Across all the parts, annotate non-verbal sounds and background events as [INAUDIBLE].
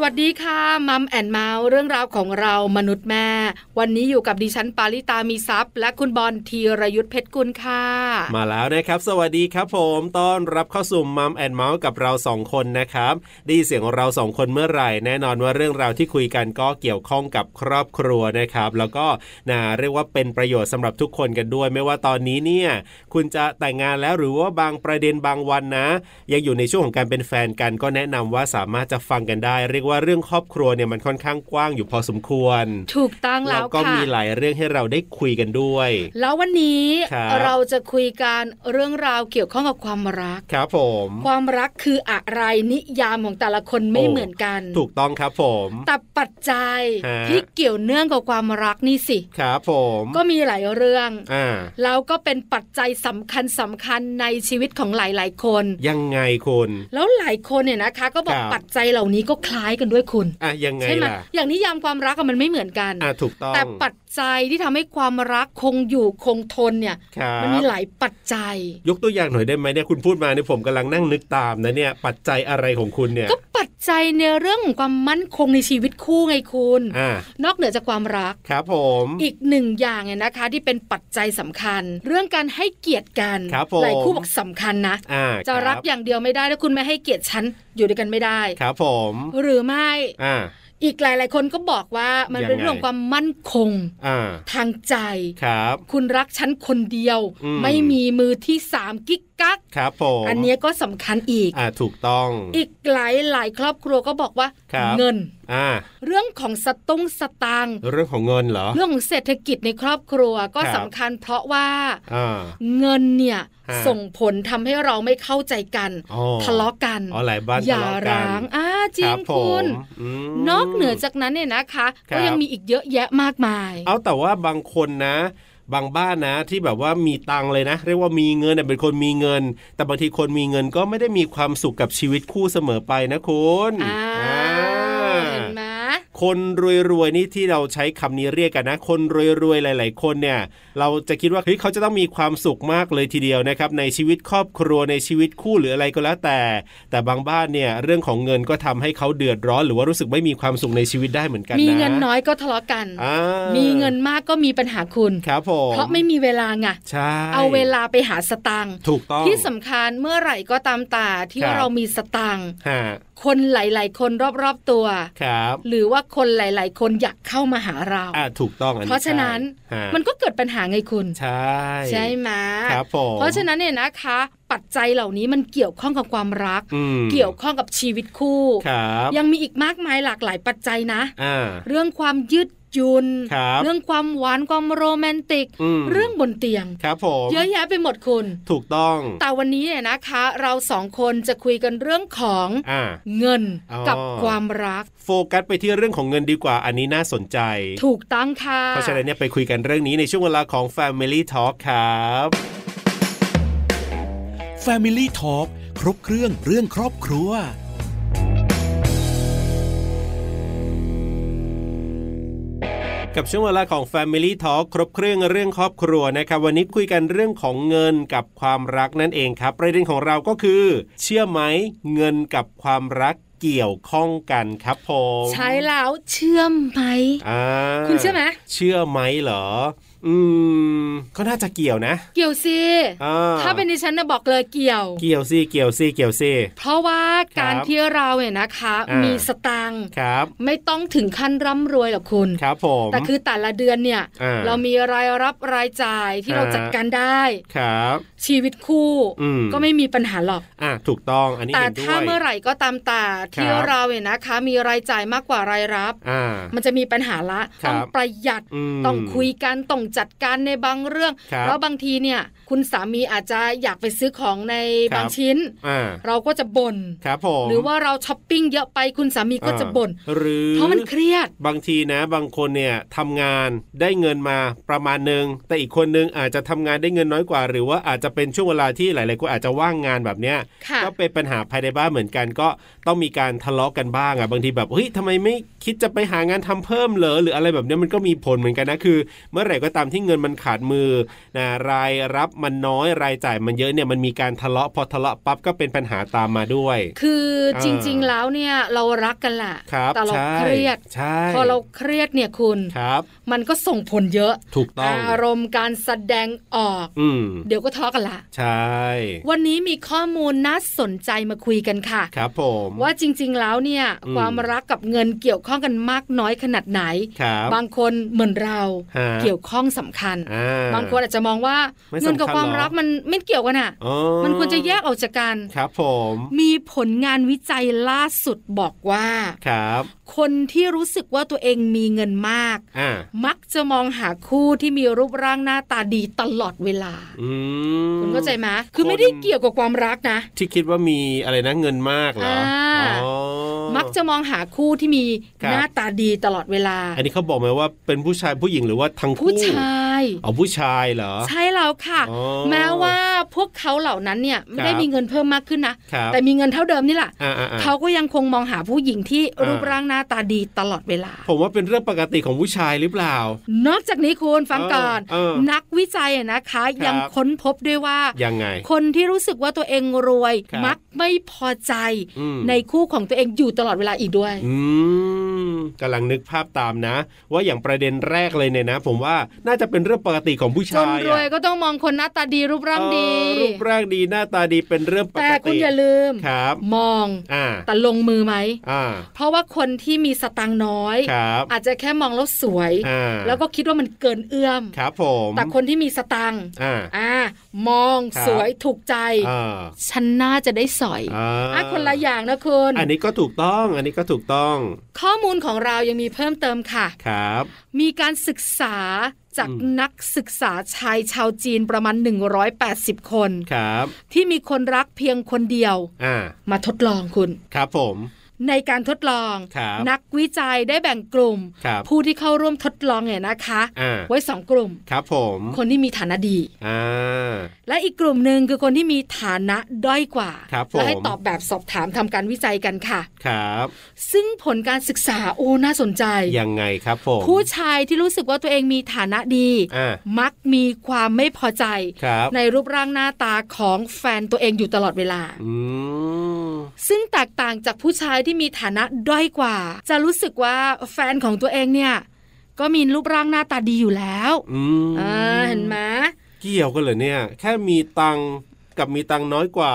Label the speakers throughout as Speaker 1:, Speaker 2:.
Speaker 1: สวัสดีค่ะมัมแอนเมาส์เรื่องราวของเรามนุษย์แม่ วันนี้อยู่กับดิฉันปาริตามีซัพย์ และคุณบอลธีรยุทธเพชรกุลค่ะ
Speaker 2: มาแล้วนะครับ สวัสดีครับผมต้อนรับเข้าสู่มัมแอนเมาส์กับเราสองคนนะครับได้ยินเสียงของเราสองคนเมื่อไหร่ แน่นอนว่าเรื่องราวที่คุยกันก็เกี่ยวข้องกับครอบครัวนะครับ แล้วก็นะเรียกว่าเป็นประโยชน์สำหรับทุกคนกันด้วย ไม่ว่าตอนนี้เนี่ย คุณจะแต่งงานแล้วหรือว่าบางประเด็นบางวันนะ ยังอยู่ในช่วงของการเป็นแฟนกันก็แนะนำว่าสามารถจะฟังกันได้ เรียกว่าเรื่องครอบครัวเนี่ยมันค่อนข้างกว้างอยู่พอสมควร
Speaker 1: ถูกต้องแล้ว
Speaker 2: ก็
Speaker 1: ค่ะ
Speaker 2: มีหลายเรื่องให้เราได้คุยกันด้วย
Speaker 1: แล้ววันนี้
Speaker 2: ครับ
Speaker 1: เราจะคุยกันเรื่องราวเกี่ยวข้องกับความรัก
Speaker 2: ครับผม
Speaker 1: ความรักคืออะไรนิยามของแต่ละคนไม่เหมือนกัน
Speaker 2: ถูกต้องครับผม
Speaker 1: แต่ปัจจัย
Speaker 2: ฮะ
Speaker 1: ที่เกี่ยวเนื่องกับความรักนี่สิ
Speaker 2: ครับผม
Speaker 1: ก็มีหลายเรื่อง
Speaker 2: อ่า
Speaker 1: แล้วก็เป็นปัจจัยสำคัญสำคัญในชีวิตของหลาย ๆ คน
Speaker 2: ยังไงคุณ
Speaker 1: แล้วหลายคนเนี่ยนะคะ ก็บอก
Speaker 2: ครับ
Speaker 1: ปัจจัยเหล่านี้ก็คล้ายกันด้วยคุณ
Speaker 2: อ่ะยังไง
Speaker 1: ใช่ไหม
Speaker 2: ล่ะ
Speaker 1: อย่างนิยามความรักอะมันไม่เหมือนกัน
Speaker 2: อ่ะถูกต้อง
Speaker 1: แต่ปัจจัยที่ทำให้ความรักคงอยู่คงทนเนี่ย
Speaker 2: ครับ
Speaker 1: มัมีหลายปัจจัย
Speaker 2: ยกตัวอย่างหน่อยได้ไหมเนี่ยคุณพูดมาเนี่ยผมกำลังนั่งนึกตามนะเนี่ย ปัจจัยอะไรของคุณเนี่ย
Speaker 1: ก็ปัจจัยในเรื่องของความมั่นคงในชีวิตคู่ไงคุณ
Speaker 2: อ่าน
Speaker 1: อกเหนือจากความรัก
Speaker 2: ครับผม
Speaker 1: อีกหนึ่งอย่างเนี่ยนะคะ ที่เป็นปัจจัยสำคัญ เรื่องการให้เกียรติกัน
Speaker 2: ครับผม
Speaker 1: หลายคู่บอกสำคัญนะ
Speaker 2: อ่า
Speaker 1: จะรัก
Speaker 2: คบ
Speaker 1: อย่างเดียวไม่ได้ถ้าคุณไม่ให้เกียรติฉันอยู่ด้วยกันไม่ได้
Speaker 2: ครับผม
Speaker 1: หรือไม่
Speaker 2: อ่า
Speaker 1: อีกหลาย ๆ คนก็บอกว่ามันเป็น
Speaker 2: ยังไง
Speaker 1: เรื่องของความมั่นคง
Speaker 2: อ่า
Speaker 1: ทางใจ
Speaker 2: ครับ
Speaker 1: คุณรักฉันคนเดียว
Speaker 2: อืม
Speaker 1: ไม่มีมือที่สามกิ๊กกัก
Speaker 2: ครับผม
Speaker 1: อันเนี้ยก็สำคัญอีก
Speaker 2: อ่าถูกต้อง
Speaker 1: อีกหลายหลายๆครอบครัวก็บอกว่า
Speaker 2: ครับ
Speaker 1: เงิน
Speaker 2: อ่า
Speaker 1: เรื่องของสตุ้งสตางค์
Speaker 2: เรื่องของเงินเหรอ
Speaker 1: เรื่องของเศรษฐกิจในครอบครัวก็
Speaker 2: ครับ
Speaker 1: สำคัญ เพราะว่า
Speaker 2: อ่า
Speaker 1: เงินเนี่ย
Speaker 2: ฮะ
Speaker 1: ส่งผลทำให้เราไม่เข้าใจกัน
Speaker 2: อ๋อ
Speaker 1: ทะเลาะกัน
Speaker 2: อ๋อหลายบ้าน
Speaker 1: อย่า
Speaker 2: ทะเลาะกัน
Speaker 1: ร้างอ่าจริ
Speaker 2: ค
Speaker 1: ง
Speaker 2: บผ
Speaker 1: คุณ
Speaker 2: มม
Speaker 1: นอกเหนือจากนั้นเนี่ยนะคะ
Speaker 2: ครับ
Speaker 1: ก็ยังมีอีกเยอะแยะมากมาย
Speaker 2: เอาแต่ว่าบางคนนะ บางบ้านนะที่แบบว่ามีตังค์เลยนะ เรียกว่ามีเงินน่ะเป็นคนมีเงิน แต่บางทีคนมีเงินก็ไม่ได้มีความสุขกับชีวิตคู่เสมอไปนะคุณ
Speaker 1: อ่า
Speaker 2: อ่า
Speaker 1: เห็นไหม
Speaker 2: คนรวยๆนี่ที่เราใช้คำนี้เรียกกันนะ คนรวยๆหลาย ๆ คนเนี่ย เราจะคิดว่าเฮ้ยเขาจะต้องมีความสุขมากเลยทีเดียวนะครับ ในชีวิตครอบครัวในชีวิตคู่หรืออะไรก็แล้วแต่ แต่บางบ้านเนี่ยเรื่องของเงินก็ทำให้เขาเดือดร้อน หรือว่ารู้สึกไม่มีความสุขในชีวิตได้เหมือนกันนะ
Speaker 1: มีเงินน้อยก็ทะเลาะกัน
Speaker 2: อ่า
Speaker 1: มีเงินมากก็มีปัญหาคุณ
Speaker 2: ครับผม
Speaker 1: เพราะไม่มีเวลาไง
Speaker 2: ใช่
Speaker 1: เอาเวลาไปหาสตังค์
Speaker 2: ถูกต้อง
Speaker 1: ที่สำคัญเมื่อไหร่ก็ตามตาที่
Speaker 2: ครับ
Speaker 1: เรามีสตังค์
Speaker 2: ฮะ
Speaker 1: คนหลาย ๆ คนรอบๆตัว
Speaker 2: ครับ
Speaker 1: หรือว่าคนหลาย ๆ คนอยากเข้ามาหาเรา
Speaker 2: อ่าถูกต้องอันนี้
Speaker 1: เพราะฉะนั้น
Speaker 2: ใช่ฮะ
Speaker 1: มันก็เกิดปัญหาไงคุณ
Speaker 2: ใช่
Speaker 1: ใช่ไหม
Speaker 2: ครับผม
Speaker 1: เพราะฉะนั้นเนี่ยนะคะ ปัจจัยเหล่านี้มันเกี่ยวข้องกับความรัก
Speaker 2: อืม
Speaker 1: เกี่ยวข้องกับชีวิตคู่
Speaker 2: ครับ
Speaker 1: ยังมีอีกมากมายหลากหลายปัจจัยนะ
Speaker 2: อ่า
Speaker 1: เรื่องความยืดหยุน
Speaker 2: ครับ
Speaker 1: เรื่องความหวานความโรแมนติก
Speaker 2: อืม
Speaker 1: เรื่องบนเตียง
Speaker 2: ครับผม
Speaker 1: เยอะแยะไปหมดคุณ
Speaker 2: ถูกต้อง
Speaker 1: แต่วันนี้เนี่ยนะคะ เราสองคนจะคุยกันเรื่องของ
Speaker 2: อ่า
Speaker 1: เงิน
Speaker 2: อ๋อ
Speaker 1: กับความรัก
Speaker 2: โฟกัสไปที่เรื่องของเงินดีกว่าอันนี้น่าสนใจ
Speaker 1: ถูกต้องค่ะ
Speaker 2: เพราะฉะนั้นเนี่ยไปคุยกันเรื่องนี้ในช่วงเวลาของ Family Talk ครับ
Speaker 3: Family Talk ครบเครื่องเรื่องครอบครัว
Speaker 2: กับช่วงเวลาของ Family Talk ครบเครื่องเรื่องครอบครัวนะครับวันนี้คุยกันเรื่องของเงินกับความรักนั่นเองครับ ประเด็นของเราก็คือ เชื่อไหมเงินกับความรักเกี่ยวข้องกันครับผม
Speaker 1: ใช้แล้วเชื่อมไหม
Speaker 2: อ่า
Speaker 1: คุณเชื่อไหม
Speaker 2: เชื่อไหมเหรอ อืมก็น่าจะเกี่ยวนะ
Speaker 1: เกี่ยวสิ
Speaker 2: อ่
Speaker 1: ถ้าเป็นดิฉันนะบอกเลยเกี่ยว
Speaker 2: เกี่ยวสิเกี่ยวสิเกี่ยวสิ
Speaker 1: เพราะว่าการ
Speaker 2: ครับ
Speaker 1: ที่เราเนี่ยนะคะ
Speaker 2: อ่ามี
Speaker 1: มีสตางค์
Speaker 2: ครับ
Speaker 1: ไม่ต้องถึงขั้นร่ำรวยหรอกคุณ
Speaker 2: ครับผม
Speaker 1: แต่คือแต่ละเดือนเนี่ย
Speaker 2: อ่า
Speaker 1: เรามีรายรับรายจ่ายที่เรา
Speaker 2: อ่า
Speaker 1: จัดการได้
Speaker 2: ครับ
Speaker 1: ชีวิตคู่
Speaker 2: อืม
Speaker 1: ก็ไม่มีปัญหาหรอก
Speaker 2: อ่ะถูกต้องอันนี้
Speaker 1: แต่
Speaker 2: เห็นด้วย
Speaker 1: ถ้าเมื่อไหร่ก็ตามแต่ที่
Speaker 2: ครับ
Speaker 1: เราเนี่ยนะคะ มีรายจ่ายมากกว่ารายรับ
Speaker 2: อ่า
Speaker 1: มันจะมีปัญหาละ
Speaker 2: ค
Speaker 1: ต้
Speaker 2: รั
Speaker 1: อ
Speaker 2: บ
Speaker 1: งประหยัด
Speaker 2: ม
Speaker 1: ต้องคุยกันต้องจัดการในบางเรื่อง
Speaker 2: ครับ
Speaker 1: แล้วบางทีเนี่ย คุณสามีอาจจะอยากไปซื้อของใน
Speaker 2: ครับ
Speaker 1: บางชิ้น
Speaker 2: อ่า
Speaker 1: เราก็จะบ่น
Speaker 2: ครับผม
Speaker 1: หรือว่าเราช้อปปิ้งเยอะไปคุณสามีก็จะบ่น
Speaker 2: อ่าหรือ
Speaker 1: เพราะมันเครียด
Speaker 2: บางทีนะบางคนเนี่ยทำงานได้เงินมาประมาณหนึ่งแต่อีกคนนึงอาจจะทำงานได้เงินน้อยกว่า หรือว่าอาจจะเป็นช่วงเวลาที่หลาย ๆ คนอาจจะว่างงานแบบเนี้ย
Speaker 1: ค่ะ
Speaker 2: ก็เป็นปัญหาภายในบ้านเหมือนกัน ก็ต้องมีการทะเลาะกันบ้างอ่ะบางทีแบบเฮ้ยทำไมไม่คิดจะไปหางานทำเพิ่มเหรอหรืออะไรแบบเนี้ยมันก็มีผลเหมือนกันนะคือ เมื่อไหร่ก็ ตามที่เงินมันขาดมือนะรายรับมันน้อยรายจ่ายมันเยอะเนี่ยมันมีการทะเลาะพอทะเลาะปั๊บก็เป็นปัญหาตามมาด้วย
Speaker 1: คือจริง
Speaker 2: อ่า
Speaker 1: ๆแล้วเนี่ยเรารักกันแหละ
Speaker 2: ครับ
Speaker 1: แต่เรา
Speaker 2: ใช่
Speaker 1: เครียด
Speaker 2: ใช่
Speaker 1: พอเราเครียดเนี่ยคุณ
Speaker 2: ครับ
Speaker 1: มันก็ส่งผลเยอะ
Speaker 2: ถูกต้อง
Speaker 1: อารมณ์การแสดงออก
Speaker 2: อืม
Speaker 1: เดี๋ยวก็ทะเลาะกันละ
Speaker 2: ใช่
Speaker 1: วันนี้มีข้อมูลน่าสนใจมาคุยกันค่ะ
Speaker 2: ครับผม
Speaker 1: ว่าจริงๆแล้วเนี่ย
Speaker 2: อืม
Speaker 1: ความรักกับเงินเกี่ยวข้องกันมากน้อยขนาดไหน
Speaker 2: ครับ
Speaker 1: บางคนเหมือนเรา
Speaker 2: ฮะ
Speaker 1: เกี่ยวข้องสำคัญ
Speaker 2: อ่
Speaker 1: บางคนอาจจะมองว่า
Speaker 2: ไม่สำคัญ
Speaker 1: เงินกับความ
Speaker 2: หรอ
Speaker 1: รักมันไม่เกี่ยวกันอ่ะ
Speaker 2: อ๋อ
Speaker 1: มันควรจะแยกออกจากกัน
Speaker 2: ครับผม
Speaker 1: มีผลงานวิจัยล่าสุดบอกว่า
Speaker 2: ครับ
Speaker 1: คนที่รู้สึกว่าตัวเองมีเงินมาก
Speaker 2: อ่า
Speaker 1: มักจะมองหาคู่ที่มีรูปร่างหน้าตาดีตลอดเวลา
Speaker 2: อืม
Speaker 1: คุณเข้าใจไหมคือ
Speaker 2: คน
Speaker 1: ไม่ได้เกี่ยวกับความรักนะ
Speaker 2: ที่คิดว่ามีอะไรนะเงินมากเหรอ
Speaker 1: อ่า
Speaker 2: อ๋อ
Speaker 1: มักจะมองหาคู่ที่มี
Speaker 2: ครับ
Speaker 1: หน้าตาดีตลอดเวลา
Speaker 2: อันนี้เขาบอกไหมว่าเป็นผู้ชายผู้หญิงหรือว่าทั้งคู่
Speaker 1: ผู้ชาย
Speaker 2: อ๋อผู้ชายเหรอ
Speaker 1: ใช่แล้วค่ะ
Speaker 2: อ๋อ
Speaker 1: แม้ว่าพวกเขาเหล่านั้นเนี่ยไม่ได้
Speaker 2: ครับ
Speaker 1: มีเงินเพิ่มมากขึ้นนะ
Speaker 2: ครับ
Speaker 1: แต่มีเงินเท่าเดิมนี่แหละ
Speaker 2: อ่าอ่า
Speaker 1: เขาก็ยังคงมองหาผู้หญิงที่
Speaker 2: อ่ารู
Speaker 1: รูปร่างหน้าตาดีตลอดเวลา
Speaker 2: ผมว่าเป็นเรื่องปกติของผู้ชายหรือเปล่า
Speaker 1: นอกจากนี้คุณฟังก่อน
Speaker 2: เออเออ
Speaker 1: นักวิจัยอะนะคะ
Speaker 2: ครับ
Speaker 1: ยังค้นพบด้วยว่า
Speaker 2: ยังไง
Speaker 1: คนที่รู้สึกว่าตัวเองรวย
Speaker 2: ครับ
Speaker 1: มักไม่พอใจ
Speaker 2: อืม
Speaker 1: ในคู่ของตัวเองอยู่ตลอดเวลาอีกด้วย
Speaker 2: อืมกำลังนึกภาพตามนะ ว่าอย่างประเด็นแรกเลยเนี่ยนะ ผมว่าน่าจะเป็นเรื่องปกติของผู้
Speaker 1: จน
Speaker 2: ชายอะ
Speaker 1: รวยก็ต้องมองคนหน้าตาดีรูปร่างดี
Speaker 2: เออรูปร่างดีหน้าตาดีเป็นเรื่องปกติ
Speaker 1: แต่คุณอย่าลืม
Speaker 2: ครับ
Speaker 1: มอง
Speaker 2: อ่า
Speaker 1: แต่ลงมือไหม
Speaker 2: อ่า
Speaker 1: เพราะว่าคนที่มีสตังค์น้อย
Speaker 2: ครับ
Speaker 1: อาจจะแค่มองแล้วสวย
Speaker 2: อ่า
Speaker 1: แล้วก็คิดว่ามันเกินเอื้อม
Speaker 2: ครับผม
Speaker 1: แต่คนที่มีสตังค์
Speaker 2: อ่า
Speaker 1: อ่ามอง
Speaker 2: ครับ
Speaker 1: สวยถูกใจ
Speaker 2: อ่า
Speaker 1: ฉันน่าจะได้สอย
Speaker 2: อ่า
Speaker 1: อ่ะคนละอย่างนะคุณ
Speaker 2: อันนี้ก็ถูกต้อง อันนี้ก็ถูกต้อง
Speaker 1: ข้อมูลของเรายังมีเพิ่มเติมค่ะ
Speaker 2: ครับ
Speaker 1: มีการศึกษาจาก
Speaker 2: อืม
Speaker 1: นักศึกษาชายชาวจีนประมาณ 180 คน
Speaker 2: ครับ
Speaker 1: ที่มีคนรักเพียงคนเดียว
Speaker 2: อ่า
Speaker 1: มาทดลองคุณ
Speaker 2: ครับผม
Speaker 1: ในการทดลอง
Speaker 2: ครับ
Speaker 1: นักวิจัยได้แบ่งกลุ่ม
Speaker 2: ครับ
Speaker 1: ผู้ที่เข้าร่วมทดลองเนี่ยนะคะ
Speaker 2: อ่า
Speaker 1: ไว้สองกลุ่ม
Speaker 2: ครับผม
Speaker 1: คนที่มีฐานะดี
Speaker 2: อ่า
Speaker 1: และอีกกลุ่มหนึ่งคือคนที่มีฐานะด้อยกว่า
Speaker 2: ครับผม
Speaker 1: และให้ตอบแบบสอบถามทำการวิจัยกันค่ะ
Speaker 2: ครับ
Speaker 1: ซึ่งผลการศึกษาโอ้น่าสนใจ
Speaker 2: ยังไงครับผม
Speaker 1: ผู้ชายที่รู้สึกว่าตัวเองมีฐานะดี
Speaker 2: อ่า
Speaker 1: มักมีความไม่พอใจ
Speaker 2: ครับ
Speaker 1: ในรูปร่างหน้าตาของแฟนตัวเองอยู่ตลอดเวลา
Speaker 2: อืม
Speaker 1: ซึ่งแตกต่างจากผู้ชายที่มีฐานะด้อยกว่า จะรู้สึกว่าแฟนของตัวเองเนี่ย ก็มีรูปร่างหน้าตาดีอยู่แล้ว
Speaker 2: อืม
Speaker 1: อ่าเห็นไหม
Speaker 2: เกี่ยวกันเหรอเนี่ย แค่มีตังค์กับมีตังค์น้อยกว่า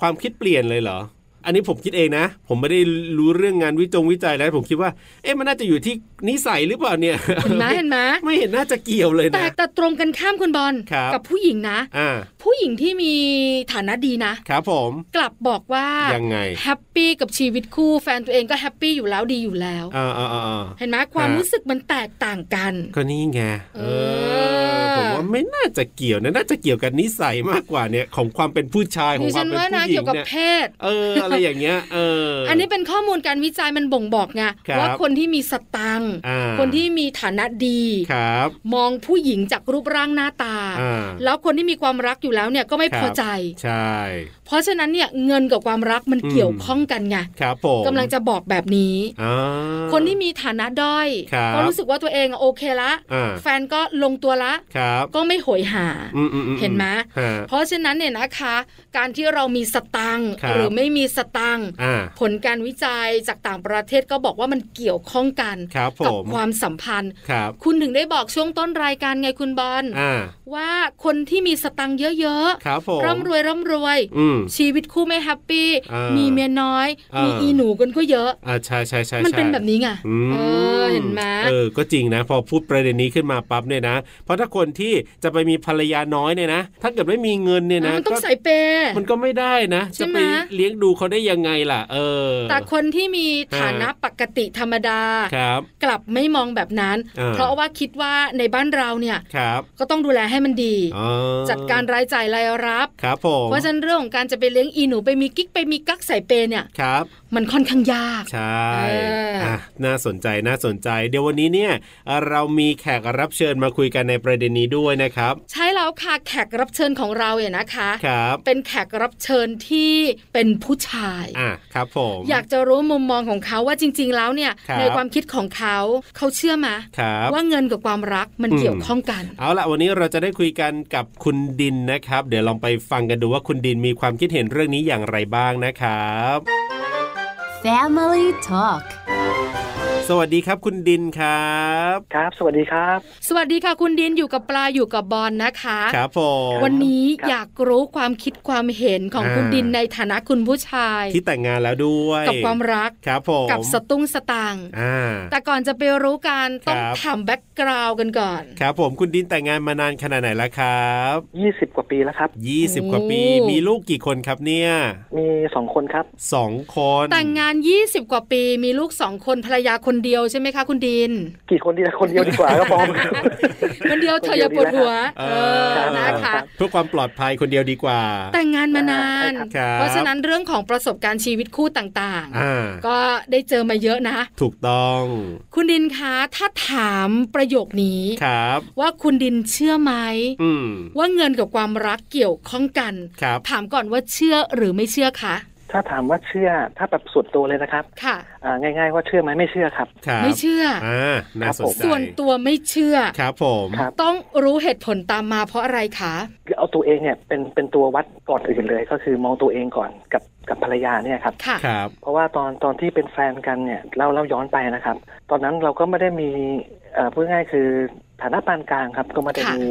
Speaker 2: ความคิดเปลี่ยนเลยเหรอ อันนี้ผมคิดเองนะ ผมไม่ได้รู้เรื่องงานวิจงวิจัยแล้วผมคิดว่า เอ๊ะมันน่าจะอยู่ที่นิสัยหรือเปล่าเนี่ย
Speaker 1: เห็นไหมเห็นไหม
Speaker 2: ไม่เห็นน่าจะเกี่ยวเลย
Speaker 1: แต
Speaker 2: นะ
Speaker 1: กแต่ตรงกันข้ามคุณบอล
Speaker 2: ครับ
Speaker 1: กับผู้หญิงนะ
Speaker 2: อ่า
Speaker 1: ผู้หญิงที่มีฐานะดีนะ
Speaker 2: ครับผม
Speaker 1: กลับบอกว่า
Speaker 2: ยั
Speaker 1: ย
Speaker 2: งไง
Speaker 1: แฮปปี้กับชีวิตคู่ แฟนตัวเองก็แฮปปี้อยู่แล้วดีอยู่แล้ว
Speaker 2: อ่าอ่าอ่าอ่า
Speaker 1: เห็นไหมความ
Speaker 2: ฮะ
Speaker 1: รู้สึกมันแตกต่างกัน
Speaker 2: ก็นี่ไง
Speaker 1: เอ
Speaker 2: เอ
Speaker 1: อ
Speaker 2: อ ผมว่าไม่น่าจะเกี่ยวนะ น่าจะเกี่ยวกับนิสัยมากกว่าเนี่ย ของความเป็นผู้ชายขอ
Speaker 1: ดิ
Speaker 2: งค
Speaker 1: ฉั
Speaker 2: วามเป็น
Speaker 1: ว่านะ
Speaker 2: ผู้หญิ
Speaker 1: เกี่ย
Speaker 2: ง
Speaker 1: วกับ
Speaker 2: เนี่ย
Speaker 1: เพศ
Speaker 2: เออ อะไรอย่างเงี้ย เออ
Speaker 1: อั
Speaker 2: อั
Speaker 1: นนี้เป็นข้อมูลการวิจัยมันบ่งบอกไง
Speaker 2: ครับ
Speaker 1: ว่าคนที่มีสตังค์
Speaker 2: อ่า
Speaker 1: คนที่มีฐานะดี
Speaker 2: ครับ
Speaker 1: มองผู้หญิงจากรูปร่างหน้าตา
Speaker 2: อ่า
Speaker 1: แล้วคนที่มีความรักอยู่แล้วเนี่ยก็ไม่
Speaker 2: ครับ
Speaker 1: พอใจ
Speaker 2: ใช่
Speaker 1: เพราะฉะนั้นเนี่ยเงินกับความรักมัน
Speaker 2: อืม
Speaker 1: เกี่ยวข้องกันไง
Speaker 2: ครับผม
Speaker 1: กำลังจะบอกแบบนี้
Speaker 2: อ่า
Speaker 1: คนที่มีฐานะด้อย
Speaker 2: ครับ
Speaker 1: ก็รู้สึกว่าตัวเองอะโอเคละ
Speaker 2: อ่า
Speaker 1: แฟนก็ลงตัวละ
Speaker 2: ครับ
Speaker 1: ก็ไม่โหยหา
Speaker 2: อืมอืมอื
Speaker 1: เห็นไหม
Speaker 2: ฮะ
Speaker 1: เพราะฉะนั้นเนี่ยนะคะ การที่เรามีสตังค์
Speaker 2: ครับ
Speaker 1: หรือไม่มีสตังค์
Speaker 2: อ่า
Speaker 1: ผลการวิจัยจากต่างประเทศก็บอกว่ามันเกี่ยวข้องกัน
Speaker 2: ครับผ
Speaker 1: กั
Speaker 2: ม
Speaker 1: ความสัมพันธ์
Speaker 2: ครับ
Speaker 1: คุณถึงได้บอกช่วงต้นรายการไงคุณบอล
Speaker 2: อ่า
Speaker 1: ว่าคนที่มีสตังค์เยอะ
Speaker 2: ครับผม
Speaker 1: ๆร่ำรวยร่ำรวย
Speaker 2: อืม
Speaker 1: ชีวิตคู่ไม่แฮปปี้
Speaker 2: อ่ามี
Speaker 1: มีเมียน้อย
Speaker 2: อ่ามี
Speaker 1: มีอีหนูกันก็เยอะ
Speaker 2: อ่าใช่ใช่ใช่
Speaker 1: มัน
Speaker 2: ใช่
Speaker 1: เป็นแบบนี้ไง
Speaker 2: อืม
Speaker 1: เออเห็นไหม
Speaker 2: เออ ก็จริงนะ พอพูดประเด็นนี้ขึ้นมาปั๊บเนี่ยนะ เพราะถ้าคนที่จะไปมีภรรยาน้อยเนี่ยนะ ถ้าเกิดไม่มีเงินเนี่ยนะ
Speaker 1: มันต้อง
Speaker 2: ก็
Speaker 1: ใส่เปย์
Speaker 2: มันก็ไม่ได้นะ
Speaker 1: ใช่
Speaker 2: จะ
Speaker 1: ไหม
Speaker 2: ไปเลี้ยงดูเขาได้ยังไงล่ะ เออ
Speaker 1: แต่คนที่มีฐานะ
Speaker 2: อ่า
Speaker 1: ปกติธรรมดา
Speaker 2: ครับ
Speaker 1: กลับไม่มองแบบนั้น
Speaker 2: อ่า
Speaker 1: เพราะว่าคิดว่าในบ้านเราเนี่ย
Speaker 2: ครับ
Speaker 1: ก็ต้องดูแลให้มันดี
Speaker 2: อ๋อ
Speaker 1: จัดการรายจ่ายรายรับ
Speaker 2: ครับผม
Speaker 1: เพราะฉะนั้นเรื่องของการจะไปเลี้ยงอีหนูไปมีกิ๊กไปมีกั๊กใส่เปย์เนี่ย
Speaker 2: ครับ
Speaker 1: มันค่อนข้างยาก
Speaker 2: ใช่
Speaker 1: เอออ่
Speaker 2: ะน่าสนใจ น่าสนใจ เดี๋ยววันนี้เนี่ยเอ่อเรามีแขกรับเชิญมาคุยกันในประเด็นนี้ด้วยนะครับ
Speaker 1: ใช่แล้วค่ะแขกรับเชิญของเราเนี่ยนะคะ
Speaker 2: ครับ
Speaker 1: เป็นแขกรับเชิญที่เป็นผู้ช าย
Speaker 2: อ่ะครับผม
Speaker 1: อยากจะรู้มุมมองของเขาว่าจริง ๆ แล้วเนี่ย
Speaker 2: ครับ
Speaker 1: ในความคิดของเขาเขาเชื่อไหม
Speaker 2: ครับ
Speaker 1: ว่าเงินกับความรักมัน
Speaker 2: อืม
Speaker 1: เกี่ยวข้องกัน
Speaker 2: เอาละวันนี้เราจะได้คุยกันกับคุณดินนะครับ เดี๋ยวลองไปฟังกันดูว่าคุณดินมีความคิดเห็นเรื่องนี้อย่างไรบ้างนะครับ
Speaker 4: Family Talk
Speaker 2: สวัสดีครับคุณดินครับ
Speaker 5: ครับ สวัสดีครับ
Speaker 1: สวัสดีค่ะคุณดินอยู่กับปลาอยู่กับบอลนะคะ
Speaker 2: ครับผม
Speaker 1: วันนี้
Speaker 5: ครับ
Speaker 1: อยากรู้ความคิดความเห็นของ
Speaker 2: อ่า
Speaker 1: คุณดินในฐานะคุณผู้ชาย
Speaker 2: ที่แต่งงานแล้วด้วย
Speaker 1: กับความรัก
Speaker 2: ครับผม
Speaker 1: กับสตุ้งสตางค์
Speaker 2: อ่า
Speaker 1: แต่ก่อนจะไปรู้การต้อง
Speaker 2: ครับ
Speaker 1: ถามแบ็กกราวกันก่อน
Speaker 2: ครับผมคุณดินแต่งงานมานานขนาดไหนแล้วครับ
Speaker 5: ยี่สิบ20 กว่าปีแล้วครับ
Speaker 2: 20 กว่าปี
Speaker 1: โอ้
Speaker 2: มีลูกกี่คนครับเนี่ย
Speaker 5: มีสองคนครับ
Speaker 2: สองคน
Speaker 1: แต่งงาน 20 กว่าปีมีลูกสองคนภรรยาคนเดียวใช่ไหมคะคุณดิน
Speaker 5: กี่คนดีละคนเดียวดีกว่า
Speaker 1: [LAUGHS]
Speaker 5: ครับผม
Speaker 1: คนเดียวเธออย่าปวดหัว
Speaker 2: เอ
Speaker 1: เอ
Speaker 2: อ
Speaker 1: อนะ
Speaker 5: รั
Speaker 1: คะ
Speaker 5: บ
Speaker 2: เพื่อความปลอดภัยคนเดียวดีกว่า
Speaker 1: แต่งงานมานาน
Speaker 2: ครับ
Speaker 1: เพราะฉะนั้นเรื่องของประสบการณ์ชีวิตคู่ต่าง
Speaker 2: อ่า
Speaker 1: ๆ ก็ได้เจอมาเยอะนะ
Speaker 2: ถูกต้อง
Speaker 1: คุณดินคะถ้าถามประโยคนี้
Speaker 2: ครับ
Speaker 1: ว่าคุณดินเชื่อไหม
Speaker 2: อืม
Speaker 1: ว่าเงินกับความรักเกี่ยวข้องกัน
Speaker 2: ครับ
Speaker 1: ถามก่อนว่าเชื่อหรือไม่เชื่อคะ
Speaker 5: ถ้าถามว่าเชื่อ ถ้าแบบส่วนตัวเลยนะครับ
Speaker 1: ค่ะ
Speaker 5: อ่าง่าย ๆ ว่าเชื่อไหมไม่เชื่อครับ
Speaker 2: ครับ
Speaker 1: ไม่เชื่อ
Speaker 2: อ่าน่าสนใจ
Speaker 1: ส่วนตัวไม่เชื่อ
Speaker 2: ครับผม
Speaker 5: ครับ
Speaker 1: ต้องรู้เหตุผลตามมาเพราะอะไรคะ
Speaker 5: คือเอาตัวเองเนี่ยเป็นเป็นตัววัดก่อนอื่นเลย ก็คือมองตัวเองก่อนกับกับภรรยาเนี่ยครับ
Speaker 1: ค่ะ
Speaker 2: ครับ
Speaker 5: เพราะว่าตอนตอนที่เป็นแฟนกันเนี่ยเราเราย้อนไปนะครับ ตอนนั้นเราก็ไม่ได้มีเอ่อพูดง่ายๆคือฐานะปานกลางครับ ก็ไม่ได้
Speaker 1: ค่ะ
Speaker 5: มี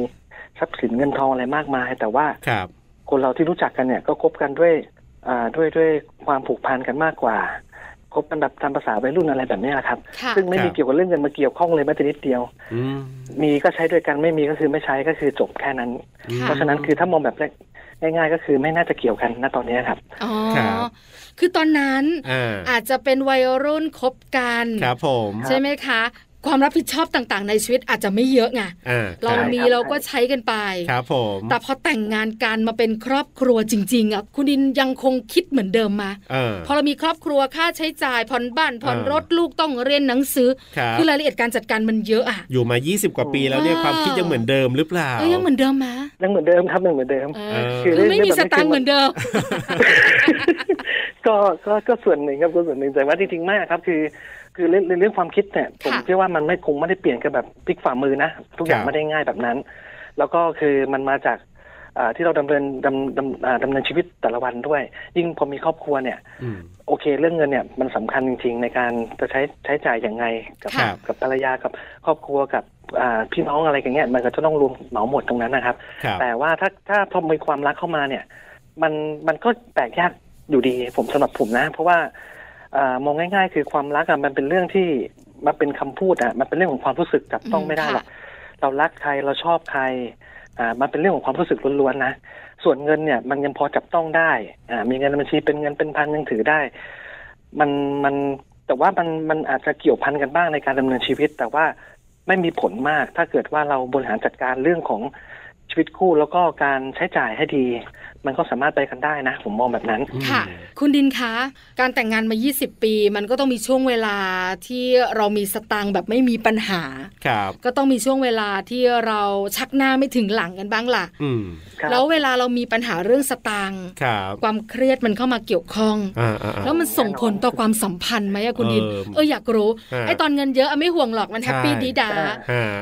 Speaker 5: ทรัพย์สินเงินทองอะไรมากมาย แต่ว่า
Speaker 2: ครับ
Speaker 5: คนเราที่รู้จักกันเนี่ยก็คบกันด้วยอ่าด้วยด้วยความผูกพันกันมากกว่าคบกันแบบตามภาษาวัยรุ่นอะไรแบบเนี้ยครับ
Speaker 1: ค่ะ
Speaker 5: ซึ่งไม่มีเกี่ยวกับเรื่องเงินมาเกี่ยวข้องเลยแม้แต่นิดเดียว
Speaker 2: อืม
Speaker 5: มีก็ใช้ด้วยกันไม่มีก็คือไม่ใช้ก็คือจบแค่นั้น
Speaker 2: อืม
Speaker 1: ค่ะ
Speaker 5: เพราะฉะนั้นคือถ้ามองแบบแรกง่าย ๆ ก็คือไม่น่าจะเกี่ยวกันณตอนเนี้ยครับ
Speaker 1: อ๋อ
Speaker 2: ครับ
Speaker 1: คือตอนนั้น
Speaker 2: อ่า
Speaker 1: อาจจะเป็นวัยรุ่นคบกัน
Speaker 2: ครับผม
Speaker 1: ใช่ไหมคะ ความรับผิดชอบต่างๆ ในชีวิตอาจจะไม่เยอะไง
Speaker 2: อ่า
Speaker 1: เรา
Speaker 2: ครับ
Speaker 1: มี
Speaker 5: ใช่ครับ
Speaker 1: เราก็ใช้กันไป
Speaker 2: ครับผม
Speaker 1: แต่พอแต่งงานกันมาเป็นครอบครัวจริงๆอ่ะคุณดินยังคงคิดเหมือนเดิมมา
Speaker 2: เออ
Speaker 1: พอเรามีครอบครัวค่าใช้จ่ายผ่อนบ้านผ่อน
Speaker 2: อ่าร ร
Speaker 1: ถลูกต้องเรียนหนังสือ
Speaker 2: ครับ
Speaker 1: คือรายละเอียดการจัดการมันเยอะอ่ะ
Speaker 2: อยู่มา 20 กว่าปีแล้วเนี่ย
Speaker 1: อ่า
Speaker 2: ความคิดยังเหมือนเดิมหรือเปล่า
Speaker 1: เอ้ยยังเหมือนเดิมมะ
Speaker 5: ยังเหมือนเดิมครับยังเหมือนเดิม
Speaker 1: เอ
Speaker 2: เอ
Speaker 1: อ
Speaker 2: อ
Speaker 1: คือไม่มีสตางค์เหมือนเดิม
Speaker 5: [LAUGHS] ก็ก็ก็ส่วนหนึ่งครับก็ส่วนหนึ่งแต่ว่าจริงๆมากครับคือ คือเรื่องเรื่องความคิดเนี่ยผม
Speaker 1: ค่ะ
Speaker 5: เชื่อว่ามันไม่คงไม่ได้เปลี่ยนกันแบบพลิกฝ่ามือนะ ทุกอย่า
Speaker 2: ค
Speaker 5: ง
Speaker 2: รับ
Speaker 5: ไม่ได้ง่ายแบบนั้น แล้วก็คือมันมาจากอ่าที่เราดำเนินดำดำอ่าดำเนินชีวิตแต่ละวันด้วย ยิ่งพอมีครอบครัวเนี่ย
Speaker 2: อืม
Speaker 5: โอเค เรื่องเงินเนี่ยมันสำคัญจริงๆในการจะใช้ใช้จ่ายอย่างไงกับ
Speaker 2: ค่ะ
Speaker 5: กับภรรยากับครอบครัวกับอ่าพี่น้องอะไรอย่างเงี้ยมันก็จะต้องรวมเหมาหมดตรงนั้นนะครับ
Speaker 2: ครับ
Speaker 5: แต่ว่าถ้าถ้าพอมีความรักเข้ามาเนี่ย มันมันก็แปลกยากอยู่ดีผมสำหรับผมนะ เพราะว่าเออมองง่าย ๆ คือความรักอะมันเป็นเรื่องที่มันเป็นคำพูดอะมันเป็นเรื่องของความรู้สึกจับต้องไม่ได้หรอกเรารักใครเราชอบใครอ่ามันเป็นเรื่องของความรู้สึกล้วนๆนะส่วนเงินเนี่ย มันยังพอจับต้องได้อ่ามีเงินในบัญชีเป็นเงินเป็นพันยังถือได้ มันมันแต่ว่ามันมันอาจจะเกี่ยวพันกันบ้างในการดำเนินชีวิต แต่ว่าไม่มีผลมากถ้าเกิดว่าเราบริหารจัดการเรื่องของชีวิตคู่แล้วก็การใช้จ่ายให้ดี มันก็สามารถไปกันได้นะ ผมมองแบบนั้น
Speaker 2: อืม
Speaker 1: ค่ะ คุณดินคะ การแต่งงานมา 20 ปี มันก็ต้องมีช่วงเวลาที่เรามีสตางค์แบบไม่มีปัญหา
Speaker 2: ครับ
Speaker 1: ก็ต้องมีช่วงเวลาที่เราชักหน้าไม่ถึงหลังกันบ้างล่ะ
Speaker 2: อืม
Speaker 5: ครับ
Speaker 1: แล้วเวลาเรามีปัญหาเรื่องสตางค์
Speaker 2: ครับ
Speaker 1: ความเครียดมันเข้ามาเกี่ยวข้อง
Speaker 2: อ่าอ่าอ่า
Speaker 1: แล้วมันส่งผลต่อความสัมพันธ์ไหมอะคุณดิน
Speaker 2: เออ
Speaker 1: เอออยากรู้
Speaker 2: ฮะ
Speaker 1: ไอตอนเงินเยอะอะไม่ห่วงหรอกมันแฮปปี้
Speaker 2: ใช่
Speaker 1: ดีดา
Speaker 2: ฮะ